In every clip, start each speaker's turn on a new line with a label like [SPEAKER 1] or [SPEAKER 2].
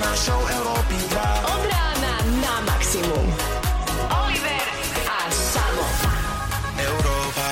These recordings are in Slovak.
[SPEAKER 1] našou Európy 2.
[SPEAKER 2] Od rána na maximum. Oliver a Samo.
[SPEAKER 1] Európa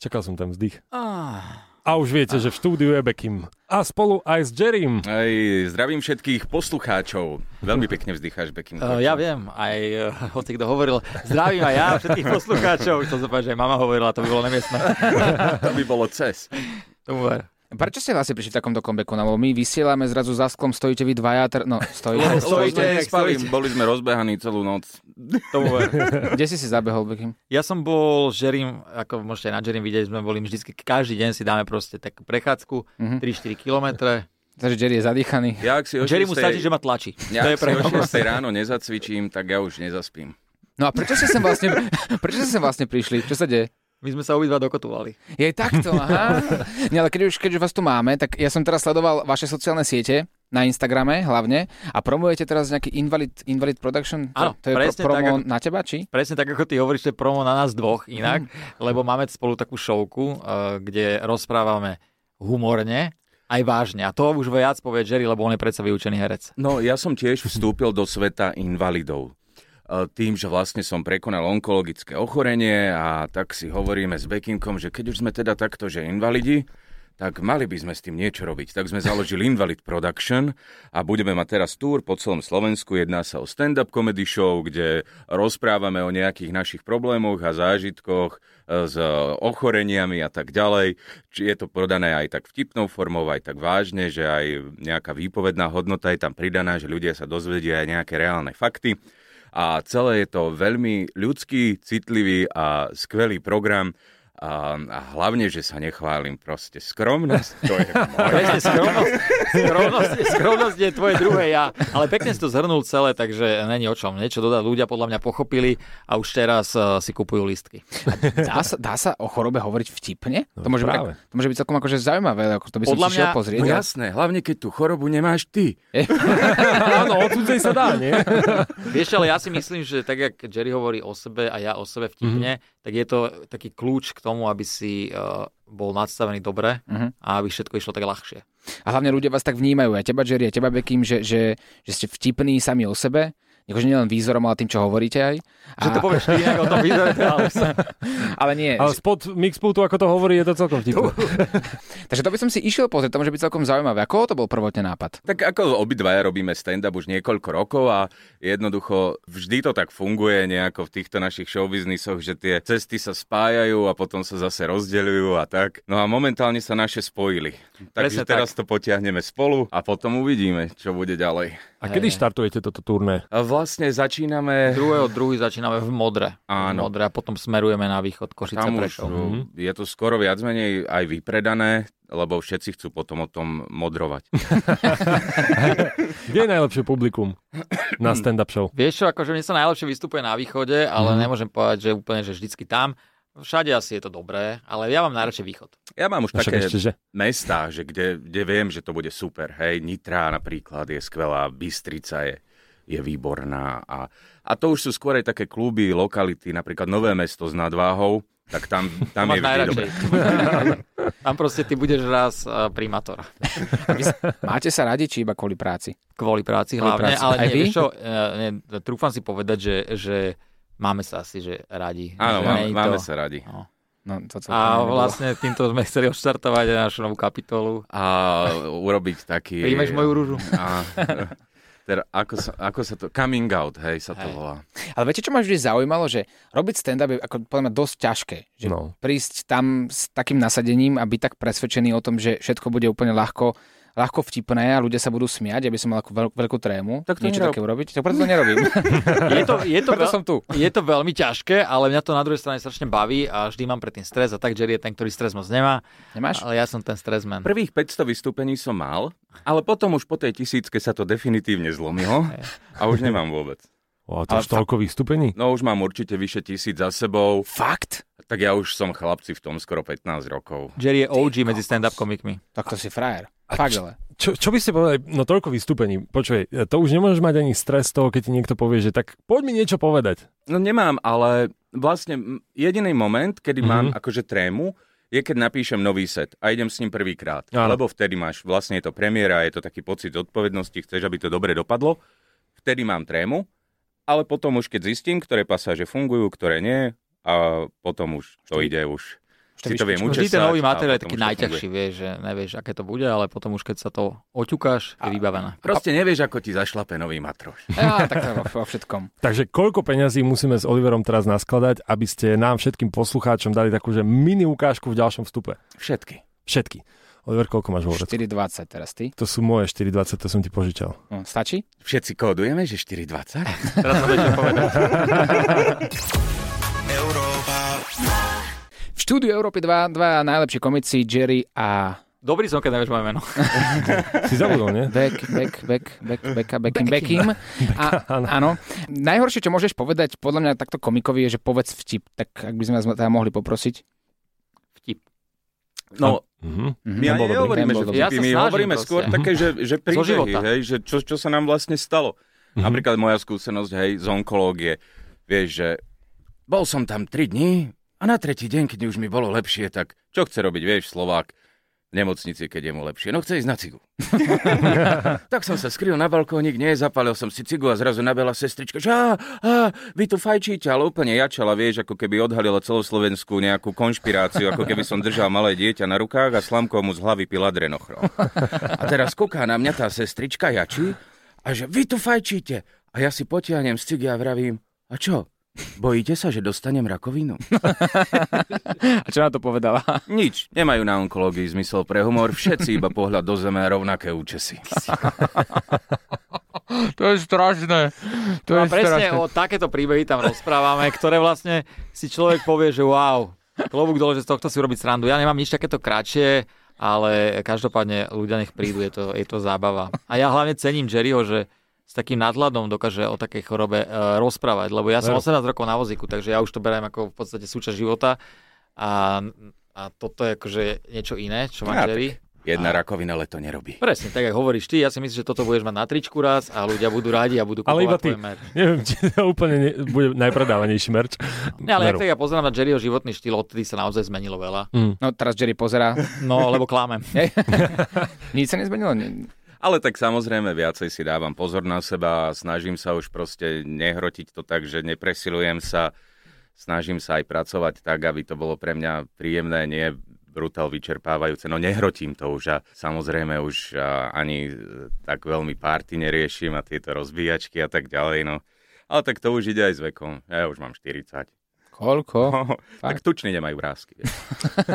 [SPEAKER 3] Čakal som ten vzdych.
[SPEAKER 4] Ah.
[SPEAKER 3] A už viete, že v štúdiu je Bekim. A spolu aj s Jerrym.
[SPEAKER 5] Aj, zdravím všetkých poslucháčov. Veľmi pekne vzdycháš, Bekim.
[SPEAKER 4] Uh, ja viem, aj uh, hoci kto hovoril, zdravím aj ja všetkých poslucháčov. Chcel som povedať, že aj mama hovorila, to by bolo nemiestné.
[SPEAKER 5] To by bolo cez.
[SPEAKER 4] Tomu ver.
[SPEAKER 6] Prečo ste vlastne prišli v takomto kombeku? No, lebo my vysielame zrazu za sklom, stojíte vy dvaja, tr... no, stojíte.
[SPEAKER 4] Stojíte, jak
[SPEAKER 5] spali,
[SPEAKER 4] stojíte.
[SPEAKER 5] boli sme rozbehaní celú noc.
[SPEAKER 4] Tomu ver.
[SPEAKER 6] Kde si si zabehol, Bekim?
[SPEAKER 4] Ja som bol Žerim, ako môžete aj na Žerim vidieť, sme boli my vždycky, každý deň si dáme proste takú prechádzku, 3-4 kilometre.
[SPEAKER 6] Takže Jerry je zadýchaný.
[SPEAKER 5] Ja, ak si o
[SPEAKER 4] Jerry mu
[SPEAKER 5] 6:00
[SPEAKER 4] stačí, že ma tlačí.
[SPEAKER 5] ja, ak
[SPEAKER 4] to je pre
[SPEAKER 5] si o 6:00 ráno nezacvičím, tak ja už nezaspím.
[SPEAKER 6] No a prečo ste sem vlastne, prečo ste sem vlastne prišli? Čo sa deje?
[SPEAKER 4] My sme sa obidva dokotovali.
[SPEAKER 6] Je takto, aha. Nie, ale keď už, keď už vás tu máme, tak ja som teraz sledoval vaše sociálne siete na Instagrame hlavne a promujete teraz nejaký Invalid, invalid Production?
[SPEAKER 4] Áno,
[SPEAKER 6] to, to je
[SPEAKER 4] presne
[SPEAKER 6] pro, promo
[SPEAKER 4] tak, ako-
[SPEAKER 6] na teba, či?
[SPEAKER 4] Presne tak, ako ty hovoríš, to je promo na nás dvoch inak, lebo máme spolu takú šovku, eh, kde rozprávame humorne, aj vážne. A to už viac povie Jerry, lebo on je predsa vyučený herec.
[SPEAKER 5] No, ja som tiež vstúpil do sveta invalidov. E, Tým, že vlastne som prekonal onkologické ochorenie a tak si hovoríme s Bekinkom, že keď už sme teda takto, že invalidi, tak mali by sme s tým niečo robiť. Tak sme založili Invalid Production a budeme mať teraz túr po celom Slovensku. Jedná sa o stand-up comedy show, kde rozprávame o nejakých našich problémoch a zážitkoch e, s e, ochoreniami a tak ďalej. Či je to prodané aj tak vtipnou formou, aj tak vážne, že aj nejaká výpovedná hodnota je tam pridaná, že ľudia sa dozvedia aj nejaké reálne fakty. A celé je to veľmi ľudský, citlivý a skvelý program. A, a hlavne, že sa nechválim, proste skromnosť, to je No moje.
[SPEAKER 4] Presne, skromnosť, skromnosť, skromnosť je tvoje druhé ja. Ale pekne si to zhrnul celé, takže není o čom. Niečo dodať ľudia podľa mňa pochopili a už teraz eh, si kupujú listky.
[SPEAKER 6] Dá sa, dá sa o chorobe hovoriť vtipne? No, to, môže byť,
[SPEAKER 3] práve.
[SPEAKER 6] tak- to môže byť celkom akože zaujímavé, ako to by som
[SPEAKER 4] Podľa
[SPEAKER 6] si šiel
[SPEAKER 4] mňa-
[SPEAKER 6] pozrieť.
[SPEAKER 5] No jasné, hlavne keď tú chorobu nemáš ty.
[SPEAKER 3] Áno, o cudzej sa dá, nie?
[SPEAKER 4] Vieš, ale ja si myslím, že tak, jak Jerry hovorí o sebe a ja o sebe vtipne, tak je to taký kľúč k tomu, aby si eh, bol nadstavený dobre
[SPEAKER 6] Mhm.
[SPEAKER 4] a aby všetko išlo tak ľahšie.
[SPEAKER 6] A hlavne ľudia vás tak vnímajú, aj teba Jerry, aj teba Bekim, že, že, že ste vtipní sami o sebe, akože nielen výzorom, ale tým, čo hovoríte aj. A,
[SPEAKER 4] Že to povieš ty inak o tom vyzerá, to ale sa-
[SPEAKER 6] ale nie,
[SPEAKER 3] Ale
[SPEAKER 6] ale...
[SPEAKER 3] spod Mixputu, ako to hovorí, je to celkom vtipné.
[SPEAKER 6] takže to by som si išiel pozrieť, to môže byť celkom zaujímavé. A koho to bol prvotne nápad?
[SPEAKER 5] Tak ako obidvaja robíme stand-up už niekoľko rokov a jednoducho vždy to tak funguje nejako v týchto našich showbiznisoch, že tie cesty sa spájajú a potom sa zase rozdeľujú a tak. No a momentálne sa naše spojili.
[SPEAKER 4] Presne
[SPEAKER 5] Takže
[SPEAKER 4] tak.
[SPEAKER 5] teraz to potiahneme spolu a potom uvidíme, čo bude ďalej.
[SPEAKER 3] A kedy štartujete toto turné?
[SPEAKER 5] A vlastne začíname...
[SPEAKER 4] Druhého, druhý začíname v modre.
[SPEAKER 5] Áno.
[SPEAKER 4] V modre a potom smerujeme na východ Košice
[SPEAKER 5] Tam už
[SPEAKER 4] Prešov.
[SPEAKER 5] uh, je to skoro viac menej aj vypredané, lebo všetci chcú potom o tom modrovať.
[SPEAKER 3] Kde je najlepšie publikum na stand-up show?
[SPEAKER 4] Vieš čo, akože mne sa najlepšie vystupuje na východe, ale
[SPEAKER 5] Mhm.
[SPEAKER 4] nemôžem povedať, že úplne, že vždycky tam. Všade asi je to dobré, ale ja mám najradšej východ.
[SPEAKER 5] Ja mám už
[SPEAKER 3] No Však
[SPEAKER 5] také
[SPEAKER 3] ešte, že?
[SPEAKER 5] mestá, že kde, kde viem, že to bude super. Hej, Nitra napríklad je skvelá, Bystrica je, je výborná. A, a to už sú skôr aj také kluby, lokality, napríklad Nové mesto s nadváhou, tak tam, tam je
[SPEAKER 4] Máš
[SPEAKER 5] vždy
[SPEAKER 4] najradšej.
[SPEAKER 5] dobre.
[SPEAKER 4] tam proste ty budeš raz eh, primátor.
[SPEAKER 6] Máte sa radi, či iba kvôli práci?
[SPEAKER 4] Kvôli práci hlavne,
[SPEAKER 6] práci.
[SPEAKER 4] ale
[SPEAKER 6] Aj
[SPEAKER 4] nie,
[SPEAKER 6] vy?
[SPEAKER 4] vieš čo, eh, nie, trúfam si povedať, že, že máme sa asi že radi.
[SPEAKER 5] Áno,
[SPEAKER 4] Že
[SPEAKER 5] máme,
[SPEAKER 4] nie je
[SPEAKER 5] máme
[SPEAKER 4] to-
[SPEAKER 5] sa radi.
[SPEAKER 6] No, to celkom
[SPEAKER 4] A
[SPEAKER 6] nebolo.
[SPEAKER 4] vlastne týmto sme chceli odštartovať aj našu novú kapitolu.
[SPEAKER 5] A urobiť taký...
[SPEAKER 4] Príjmeš moju rúžu?
[SPEAKER 5] A, teda, ako, sa, ako sa to... Coming out, hej, sa to
[SPEAKER 4] Hej.
[SPEAKER 5] volá.
[SPEAKER 6] Ale viete, čo ma vždy zaujímalo, že robiť stand-up je ako, podľa mňa, dosť ťažké. Že
[SPEAKER 3] No.
[SPEAKER 6] Prísť tam s takým nasadením a byť tak presvedčený o tom, že všetko bude úplne ľahko, ľahko vtipné a ľudia sa budú smiať, aby som mal ako veľk, veľkú trému.
[SPEAKER 5] Tak to
[SPEAKER 6] niečo
[SPEAKER 5] nerob.
[SPEAKER 6] také urobiť. Tak preto to nerobím.
[SPEAKER 4] Je to, je to,
[SPEAKER 6] preto
[SPEAKER 4] veľ-
[SPEAKER 6] som tu.
[SPEAKER 4] je to veľmi ťažké, ale mňa to na druhej strane strašne baví a vždy mám predtým stres a tak Jerry je ten, ktorý stres moc nemá,
[SPEAKER 6] Nemáš?
[SPEAKER 4] ale ja som ten stresman.
[SPEAKER 5] Prvých 500 vystúpení som mal, ale potom už po tej tisícke sa to definitívne zlomilo a už nemám vôbec.
[SPEAKER 3] O, to až toľko vystúpení?
[SPEAKER 5] No už mám určite vyše tisíc za sebou,
[SPEAKER 6] Fakt?
[SPEAKER 5] tak ja už som chlapci v tom skoro 15 rokov.
[SPEAKER 4] Jerry je OG medzi stand-up komikmi.
[SPEAKER 6] Tak to si frajer. Fakt, ale.
[SPEAKER 3] Čo, čo by ste povedali? No toľko vystúpení. Počuj, to už nemôžeš mať ani stres z toho, keď ti niekto povie, že tak poď mi niečo povedať.
[SPEAKER 5] Mhm. No nemám, ale vlastne m, jediný moment, kedy mm-hmm. mám akože trému, je je, keď napíšem nový set a idem s ním prvýkrát.
[SPEAKER 3] Áno.
[SPEAKER 5] Lebo vtedy máš, vlastne je to premiéra, je to taký pocit zodpovednosti, chceš, aby to dobre dopadlo. Vtedy mám trému, ale potom už keď zistím, ktoré pasáže fungujú, ktoré nie, a potom už to ide už.
[SPEAKER 6] to
[SPEAKER 5] Si to viem učesať.
[SPEAKER 4] Vždy ten nový
[SPEAKER 5] a
[SPEAKER 4] materiál
[SPEAKER 5] potom
[SPEAKER 4] je
[SPEAKER 5] už
[SPEAKER 4] taký
[SPEAKER 5] to
[SPEAKER 4] najťažší, vieš, že nevieš, aké to bude, ale potom už keď sa to oťukáš, je vybavené.
[SPEAKER 5] funguje. Proste nevieš, ako ti zašlape nový matroš.
[SPEAKER 6] Á, tak to je vo, vo všetkom.
[SPEAKER 3] Takže koľko peňazí musíme s Oliverom teraz naskladať, aby ste nám všetkým poslucháčom dali takú, že mini ukážku v ďalšom vstupe?
[SPEAKER 5] Všetky.
[SPEAKER 3] Všetky. Oliver, koľko máš vo vrecku?
[SPEAKER 6] 4,20 teraz ty.
[SPEAKER 3] To sú moje 4,20, to som ti požičal.
[SPEAKER 6] No, stačí?
[SPEAKER 5] Všetci kódujeme, že 4,20?
[SPEAKER 4] Teraz to budete povedať.
[SPEAKER 1] Europa.
[SPEAKER 6] V štúdiu Európy 2, dva najlepší komici, Jerry a
[SPEAKER 4] Dobrý som, keď nevieš moje meno.
[SPEAKER 3] Si zabudol, nie?
[SPEAKER 6] Beck, Beck, Beck, Beck, Becka, Beckim, Beckim. A,
[SPEAKER 3] áno.
[SPEAKER 6] áno. Najhoršie, čo môžeš povedať, podľa mňa takto komikovi, je, že povedz vtip. Tak ak by sme vás teda mohli poprosiť.
[SPEAKER 4] Vtip.
[SPEAKER 5] No,
[SPEAKER 3] Mhm.
[SPEAKER 5] my
[SPEAKER 6] Ten
[SPEAKER 5] ani
[SPEAKER 6] bol dobrý,
[SPEAKER 5] nehovoríme,
[SPEAKER 6] ten
[SPEAKER 5] že
[SPEAKER 6] bol
[SPEAKER 5] vtipy,
[SPEAKER 6] dobrý.
[SPEAKER 4] Ja sa
[SPEAKER 5] my
[SPEAKER 4] snažím
[SPEAKER 5] hovoríme
[SPEAKER 4] proste.
[SPEAKER 5] skôr také, že, že príbehy,
[SPEAKER 4] života.
[SPEAKER 5] hej, že čo, čo sa nám vlastne stalo. Napríklad moja skúsenosť, hej, z onkológie, vieš, že bol som tam 3 dní a na tretí deň, keď už mi bolo lepšie, tak čo chce robiť, vieš, Slovák, v nemocnici, keď je mu lepšie. No chce ísť na cigu. tak som sa skrýl na balkónik, nie, zapálil som si cigu a zrazu nabela sestrička, že á, á, vy tu fajčíte, ale úplne jačala, vieš, ako keby odhalila celoslovenskú nejakú konšpiráciu, ako keby som držal malé dieťa na rukách a slamkou mu z hlavy pila drenochrom. A teraz kúká na mňa tá sestrička jačí a že vy tu fajčíte. A ja si potiahnem z cigy a vravím, a čo? Bojíte sa, že dostanem rakovinu?
[SPEAKER 6] A čo na to povedala?
[SPEAKER 5] No, Nič, nemajú na onkológii zmysel pre humor, všetci iba pohľad do zeme a rovnaké účesy.
[SPEAKER 6] To je strašné. To
[SPEAKER 4] No A presne o takéto príbehy tam rozprávame, ktoré vlastne si človek povie, že wow, klobúk dole, že z tohto si urobiť srandu. Ja nemám nič takéto kratšie, ale každopádne ľudia nech prídu, je to, je to zábava. A ja hlavne cením Jerryho, že s takým nadhľadom dokáže o takej chorobe e, rozprávať, lebo ja som
[SPEAKER 3] Veru.
[SPEAKER 4] 18 rokov na vozíku, takže ja už to beriem ako v podstate súčasť života a, a toto je akože niečo iné, čo má
[SPEAKER 5] Ja,
[SPEAKER 4] Jerry.
[SPEAKER 5] Jedna rakovina leto nerobí.
[SPEAKER 4] Presne, tak ako hovoríš ty, ja si myslím, že toto budeš mať na tričku raz a ľudia budú rádi a budú kupovať
[SPEAKER 3] Ale iba ty.
[SPEAKER 4] tvoje merch.
[SPEAKER 3] Neviem, či to úplne ne, bude najpredávanejší merč.
[SPEAKER 4] Ne, ale
[SPEAKER 3] Veru.
[SPEAKER 4] ak tak ja pozerám na Jerryho životný štýl, odtedy sa naozaj zmenilo veľa.
[SPEAKER 6] No teraz Jerry pozerá.
[SPEAKER 4] No, lebo klamem.
[SPEAKER 6] Nič sa nezmenilo. Ni-
[SPEAKER 5] Ale tak samozrejme viacej si dávam pozor na seba a snažím sa už proste nehrotiť to tak, že nepresilujem sa. Snažím sa aj pracovať tak, aby to bolo pre mňa príjemné, nie brutál vyčerpávajúce. No nehrotím to už a samozrejme už a, ani e, tak veľmi párty neriešim a tieto rozbíjačky a tak ďalej. No. Ale tak to už ide aj s vekom. Ja už mám 40.
[SPEAKER 6] Koľko?
[SPEAKER 5] tak tučne nemajú vrázky. vieš.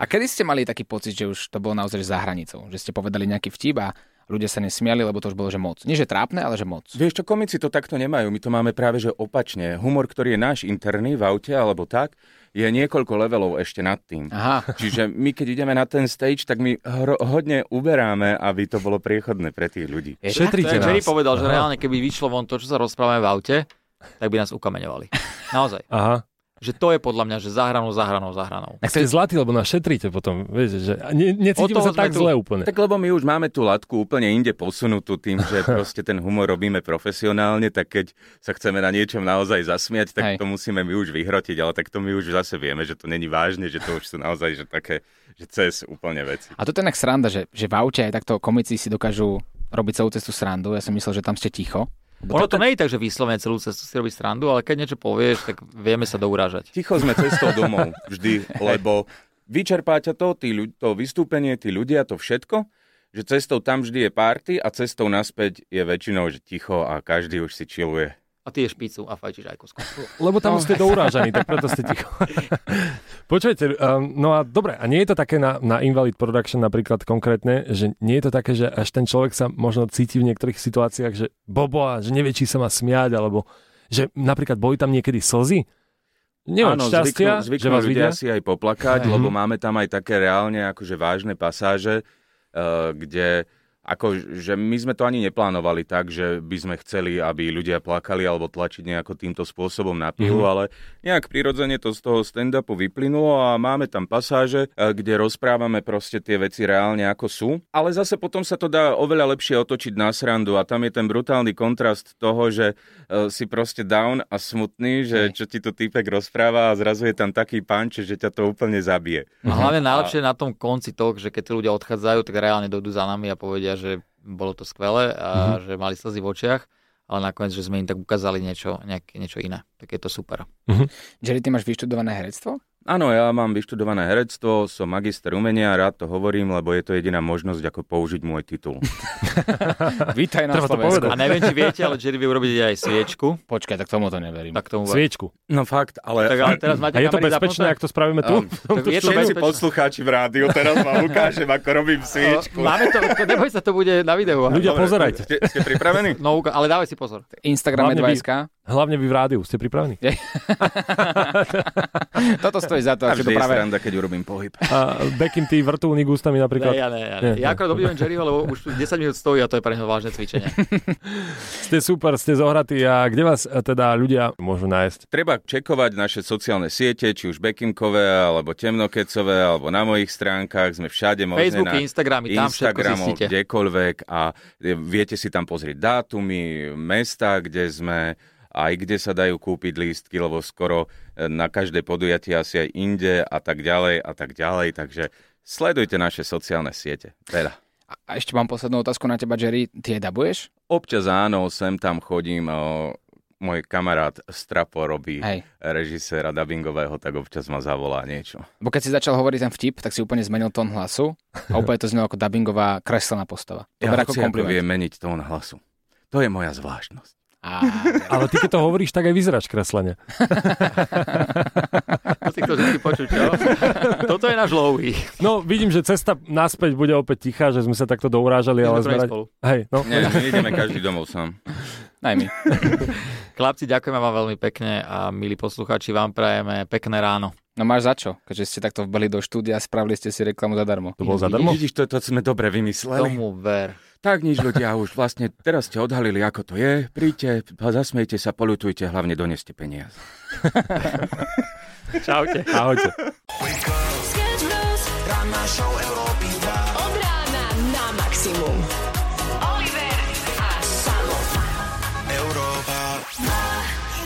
[SPEAKER 6] A kedy ste mali taký pocit, že už to bolo naozaj za hranicou? Že ste povedali nejaký vtip a ľudia sa nesmiali, lebo to už bolo, že moc. Nie, že trápne, ale že moc.
[SPEAKER 5] Vieš čo, komici to takto nemajú, my to máme práve že opačne. Humor, ktorý je náš interný v aute alebo tak, je niekoľko levelov ešte nad tým.
[SPEAKER 6] Aha.
[SPEAKER 5] Čiže my keď ideme na ten stage, tak my hro- hodne uberáme, aby to bolo priechodné pre tých ľudí.
[SPEAKER 3] Šetríte
[SPEAKER 4] Tak Jerry
[SPEAKER 3] nás.
[SPEAKER 4] povedal, že reálne, keby vyšlo von to, čo sa rozprávame v aute, tak by nás ukameňovali. Naozaj.
[SPEAKER 3] Aha.
[SPEAKER 4] Že to je podľa mňa, že zahranou, zahranou, zahranou.
[SPEAKER 3] Tak ste zlatí, lebo nás šetríte potom. Viete, že a ne, necítime
[SPEAKER 4] Od toho
[SPEAKER 3] sa tak
[SPEAKER 4] sme tu.
[SPEAKER 3] zle úplne.
[SPEAKER 5] Tak lebo my už máme tú latku úplne inde posunutú tým, že proste ten humor robíme profesionálne, tak keď sa chceme na niečom naozaj zasmiať, tak
[SPEAKER 6] Hej.
[SPEAKER 5] to musíme my už vyhrotiť, ale tak to my už zase vieme, že to není vážne, že to už sú naozaj že také, že cez úplne veci.
[SPEAKER 6] A toto je inak sranda, že, že v aute aj takto komici si dokážu robiť celú cestu srandu. Ja som myslel, že tam ste ticho.
[SPEAKER 4] Ono to nie je tak, že vyslovene celú cestu si robí srandu, ale keď niečo povieš, tak vieme sa dourážať.
[SPEAKER 5] Ticho sme cestou domov vždy, lebo vyčerpáte to, tí ľu- to vystúpenie, tí ľudia, to všetko, že cestou tam vždy je párty a cestou naspäť je väčšinou že ticho a každý už si čiluje.
[SPEAKER 4] A ty je špicu a fajčíš aj kusku.
[SPEAKER 3] Lebo tam ste dourážaní, tak preto ste ticho. Počujete, um, no a dobre, a nie je to také na, na Invalid Production napríklad konkrétne, že nie je to také, že až ten človek sa možno cíti v niektorých situáciách, že bobo a že nevie, či sa má smiať, alebo že napríklad boli tam niekedy slzy? Neviem, šťastia,
[SPEAKER 5] zvyknú, zvyknú
[SPEAKER 3] že vás
[SPEAKER 5] ľudia
[SPEAKER 3] vidia? Mhm.
[SPEAKER 5] si aj poplakať, lebo máme tam aj také reálne akože vážne pasáže, eh, kde Ako, že my sme to ani neplánovali tak, že by sme chceli, aby ľudia plakali alebo tlačiť nejako týmto spôsobom na pilu, mm-hmm. ale nejak prirodzene to z toho stand-upu vyplynulo a máme tam pasáže, e, kde rozprávame proste tie veci reálne ako sú. Ale zase potom sa to dá oveľa lepšie otočiť na srandu a tam je ten brutálny kontrast toho, že e, si proste down a smutný, že čo ti to týpek rozpráva a zrazu je tam taký panč, že ťa to úplne zabije.
[SPEAKER 4] A hlavne najlepšie je na tom konci to, že keď tí ľudia odchádzajú, tak reálne dojdú za nami a povedia, že bolo to skvelé a mm-hmm. že mali slzy v očiach, ale nakoniec, že sme im tak ukázali niečo, nejak, niečo iné. Tak je to super.
[SPEAKER 6] Jerry, ty máš vyštudované herectvo?
[SPEAKER 5] Áno, ja mám vyštudované herectvo, som magister umenia, rád to hovorím, lebo je to jediná možnosť, ako použiť môj titul.
[SPEAKER 6] Vítaj na
[SPEAKER 3] Treba to
[SPEAKER 6] Slovensku.
[SPEAKER 3] povedať.
[SPEAKER 4] A neviem, či viete, ale Jerry vie urobiť aj sviečku.
[SPEAKER 6] Počkaj, tak tomu to neverím.
[SPEAKER 4] Tak tomu
[SPEAKER 3] Sviečku.
[SPEAKER 5] No fakt, ale...
[SPEAKER 4] Tak ale teraz máte
[SPEAKER 3] A je to
[SPEAKER 4] kamery
[SPEAKER 3] bezpečné, ak
[SPEAKER 4] zapnuté?
[SPEAKER 3] to spravíme tu?
[SPEAKER 4] Tak je to
[SPEAKER 5] Všetci
[SPEAKER 4] bezpečné.
[SPEAKER 5] poslucháči v rádiu, teraz vám ukážem, ako robím sviečku.
[SPEAKER 4] Máme to, neboj sa, to bude na videu.
[SPEAKER 3] Ľudia,
[SPEAKER 5] Dobre,
[SPEAKER 3] pozerajte.
[SPEAKER 5] Ste, ste pripravení?
[SPEAKER 4] No, uka- ale dávaj si pozor.
[SPEAKER 6] Instagram
[SPEAKER 3] Hlavne by-
[SPEAKER 6] je 2SK.
[SPEAKER 3] Hlavne vy v rádiu, ste pripravení?
[SPEAKER 6] Toto stojí za to,
[SPEAKER 5] A
[SPEAKER 6] ako to
[SPEAKER 5] vždy je
[SPEAKER 6] práve...
[SPEAKER 5] sranda, keď urobím pohyb.
[SPEAKER 3] A Bekim, ty vrtulník ústami
[SPEAKER 4] Ne,
[SPEAKER 3] napríklad.
[SPEAKER 4] ja, ne, ja,
[SPEAKER 3] Nie,
[SPEAKER 4] ne.
[SPEAKER 3] nie.
[SPEAKER 4] ja akorát obdivujem Jerryho, lebo už tu 10 minút stojí a to je pre neho vážne cvičenie.
[SPEAKER 3] Ste super, ste zohratí. A kde vás e, teda ľudia môžu nájsť?
[SPEAKER 5] Treba čekovať naše sociálne siete, či už Bekimkové, alebo Temnokecové, alebo na mojich stránkach. Sme všade možné
[SPEAKER 4] Facebooky,
[SPEAKER 5] na
[SPEAKER 4] Instagramy, tam všetko
[SPEAKER 5] Instagramov,
[SPEAKER 4] zistíte.
[SPEAKER 5] kdekoľvek a e, viete si tam pozrieť dátumy, mesta, kde sme, aj kde sa dajú kúpiť lístky, lebo skoro e, na každé podujatie asi aj inde a tak ďalej a tak ďalej, takže sledujte naše sociálne siete. Teda.
[SPEAKER 6] A ešte mám poslednú otázku na teba, Jerry. Ty jej dabuješ?
[SPEAKER 5] Občas áno, sem tam chodím, o, môj kamarát Strapo robí
[SPEAKER 6] Hej.
[SPEAKER 5] režiséra dubbingového, tak občas ma zavolá niečo.
[SPEAKER 6] Bo keď si začal hovoriť ten vtip, tak si úplne zmenil tón hlasu a úplne to znelo ako dubbingová kreslená postava.
[SPEAKER 5] Ja
[SPEAKER 6] To ber
[SPEAKER 5] hoci ako viem meniť tón hlasu. To je moja zvláštnosť.
[SPEAKER 6] Á,
[SPEAKER 3] Ale ty, keď to hovoríš, tak aj vyzeráš kreslene.
[SPEAKER 4] To si to vždy počuť, čo? Toto je náš lový.
[SPEAKER 3] No, vidím, že cesta naspäť bude opäť tichá, že sme sa takto dourážali,
[SPEAKER 4] My
[SPEAKER 3] ale
[SPEAKER 4] sme to mali
[SPEAKER 3] sme... radi-
[SPEAKER 4] spolu.
[SPEAKER 3] Hej, no.
[SPEAKER 5] Nie, my ideme každý domov sám.
[SPEAKER 6] najmä.
[SPEAKER 4] Chlapci, ďakujeme vám veľmi pekne a milí poslucháči, vám prajeme pekné ráno.
[SPEAKER 6] No máš za čo, keďže ste takto vbali do štúdia, spravili ste si reklamu zadarmo.
[SPEAKER 3] To bolo zadarmo?
[SPEAKER 5] Vidíš, to, to sme dobre vymysleli.
[SPEAKER 4] Tomu ver.
[SPEAKER 5] Tak nič ľudia, už vlastne teraz ste odhalili, ako to je. Príďte, zasmejte sa, polutujte, hlavne doneste peniaze.
[SPEAKER 4] Čaute.
[SPEAKER 3] Ahojte.
[SPEAKER 1] Rana show Euro